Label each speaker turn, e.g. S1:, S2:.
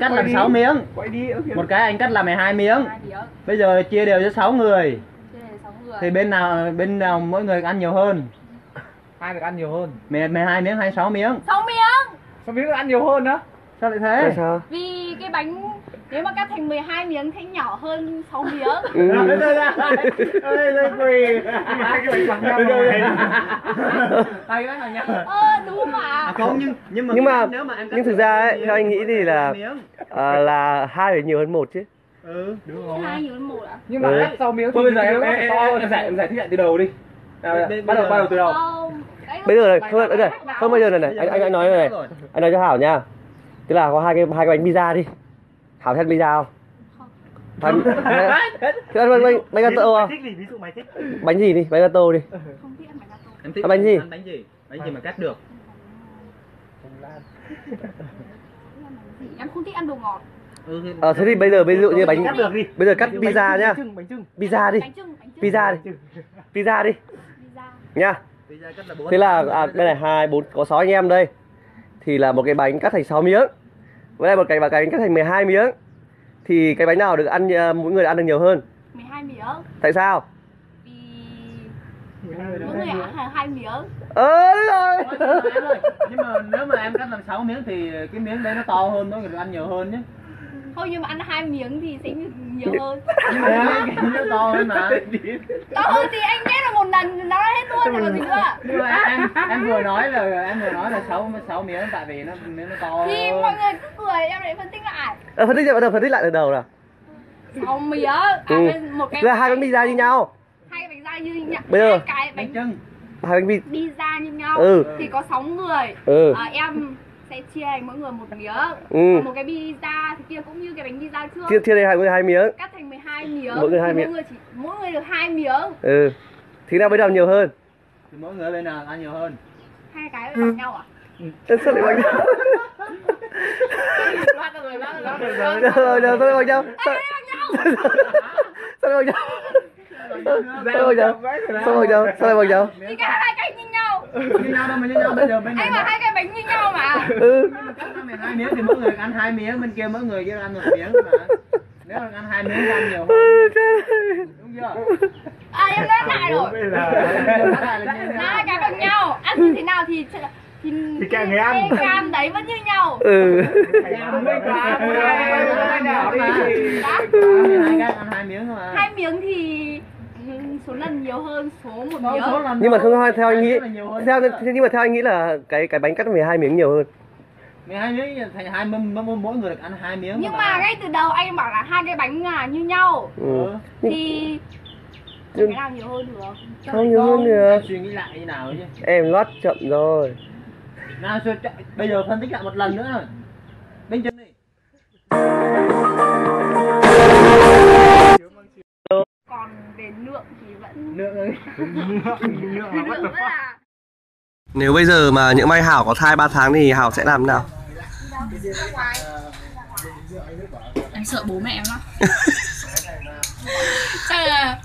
S1: cắt
S2: Quay
S1: làm
S2: đi.
S1: 6 miếng
S2: quậy đi ớ kìa
S1: một cái anh cắt làm 12 miếng
S3: hai miếng
S1: bây giờ chia đều cho 6 người
S3: thế này sáu người
S1: thì bên nào bên nào mỗi người ăn nhiều hơn
S2: hai được ăn nhiều hơn
S1: mười 12 miếng hay 6 miếng
S3: sáu miếng
S2: sao miếng được ăn nhiều hơn á
S1: sao lại thế
S4: sao?
S3: vì cái bánh nếu mà cắt thành 12 miếng thì nhỏ hơn 6 miếng
S4: Ừ.
S1: Đây, đây, đây. Đây, đây, quỳ.
S2: cái bánh bằng nhau
S1: Đây, đây.
S2: hai cái bằng nhau
S3: ờ đúng mà
S1: À, không nhưng nhưng mà,
S4: Nhưng mà-
S1: nếu mà em cắt
S4: nhưng thực
S1: được
S4: ra
S1: sáu
S4: ấy,
S1: miếng
S4: theo anh nghĩ
S1: mỗi
S4: thì
S1: người
S4: là-
S1: hai miếng.
S4: À, là hai phải nhiều hơn một chứ
S1: ừ
S2: đúng
S3: hai nhiều hơn một à? ạ
S2: nhưng mà
S4: Ừ.
S2: cắt sau miếng
S5: Thôi bây giờ em,
S2: miếng
S5: em,
S2: phải
S5: em,
S2: to
S5: em,
S2: hơn.
S5: em giải em giải thích lại từ đầu đi. À,
S1: Bây-
S5: bắt
S1: bây
S5: đầu
S1: giờ-
S5: bắt đầu từ đầu.
S3: không cái-
S4: bây giờ này không okay. không bây giờ này này anh anh, anh nói này này anh nói cho hảo nha tức là có hai cái hai cái bánh pizza đi hảo thích ăn pizza không Hai- Thế ăn bánh bánh bánh gato à? bánh gì đi bánh gato đi
S3: không biết ăn bánh gato
S1: Em thích
S4: À, bánh gì?
S1: ăn bánh gì bánh gì mà cắt được
S3: em không thích ăn đồ ngọt
S1: ừ, thì-
S4: ờ thế thì bây giờ ví dụ như bánh
S3: Cắt được
S2: đi.
S4: bây giờ cắt pizza nhá pizza đi
S3: bánh trưng bánh trưng
S4: pizza đi pizza đi
S3: pizza
S4: nhá
S1: pizza cắt là bốn.
S4: thế là à, đây này hai bốn có sáu anh em đây thì là một cái bánh cắt thành 6 miếng với lại một cái và cái bánh cắt thành 12 miếng thì cái bánh nào được ăn à, mỗi người ăn được nhiều hơn
S3: 12 miếng
S4: tại sao
S3: vì mỗi người ăn hàng hai miếng
S4: ơ đúng rồi
S1: Em ơi, nhưng mà nếu mà em cắt làm 6 miếng thì cái miếng đấy nó to hơn nó được ăn nhiều hơn nhé
S3: không nhưng mà ăn hai miếng thì sẽ nhiều hơn
S1: nhưng mà cái miếng nó to hơn mà
S3: to hơn Ờ, thì anh nhét là một lần nó hết luôn rồi còn gì nữa
S1: nhưng mà em em vừa nói là em vừa nói là 6 6 miếng tại vì nó miếng nó to
S3: thì
S1: hơn.
S3: mọi người cứ cười em lại phân tích lại
S4: Ờ, phân tích lại bắt đầu phân tích lại từ đầu nào
S3: sáu miếng à,
S4: Ừ.
S3: cái- một cái
S4: Tức là hai bánh pizza như nhau
S3: hai bánh da như nhau
S4: Bây giờ-
S3: hai cái
S1: bánh
S3: bánh
S1: trưng
S4: hai bánh pizza
S3: pizza như nhau
S4: Ừ.
S3: thì có 6 người
S4: ừ
S3: Ờ, em sẽ chia thành mỗi người một miếng
S4: Ừ.
S3: Còn một cái pizza thì kia cũng như cái bánh pizza trước
S4: chia chia đây hai người hai miếng
S3: cắt thành 12 miếng
S4: Mỗi người hai
S3: thì
S4: miếng.
S3: mỗi người chỉ mỗi người được hai miếng
S4: ừ thì nào bánh nào nhiều hơn
S1: thì mỗi người bên nào ăn nhiều hơn
S3: hai cái lại
S4: Ừ.
S3: bằng nhau à
S4: Ơ, sao lại bánh Được rồi được rồi bánh nhau sao
S3: Thế bằng nhau
S4: sao lại bánh nhau sao lại bánh nhau sao lại bánh nhau sao lại bánh nhau
S3: thì cả hai cái như nhau
S1: như nhau đâu mà như nhau bây giờ bên này
S3: anh bảo hai cái bánh như nhau mà
S4: ừ
S1: cắt ra 12 miếng thì mỗi người ăn hai miếng bên kia mỗi người kia ăn một miếng mà nếu mà ăn hai miếng thì ăn nhiều hơn đúng chưa
S3: à em nói lại rồi hai cái bằng nhau ăn như thế nào thì thì, thì
S2: càng người ăn.
S3: cái cam đấy vẫn như nhau
S4: ừ
S3: Đã.
S1: hai cái ăn hai miếng thôi mà
S3: hai miếng thì ừ, số lần nhiều hơn số một
S1: Con
S3: miếng
S1: Vâng, số là
S4: nhưng mà
S1: nó-
S4: không theo anh
S1: hai
S4: nghĩ
S1: miếng là nhiều hơn
S4: theo
S1: chứ.
S4: thế nhưng mà theo anh nghĩ là cái cái bánh cắt 12 miếng nhiều hơn
S1: 12 miếng thành hai mâm mâm mỗi người được ăn hai miếng
S3: nhưng
S1: thôi
S3: mà ngay từ đầu anh bảo là hai cái bánh là như nhau
S4: ừ.
S3: thì
S1: Ừ.
S3: cái nào nhiều hơn được
S4: Không nhiều hơn được.
S1: Suy nghĩ lại như nào chứ.
S4: em lót chậm rồi
S1: Nào suy- bây giờ phân tích lại một lần nữa. Bên chân đi.
S3: còn về lượng thì vẫn
S1: Lượng ơi.
S3: lượng vẫn là
S4: nếu bây giờ mà những may hảo có thai 3 tháng thì hảo sẽ làm thế nào
S3: em sợ bố mẹ em lắm chắc là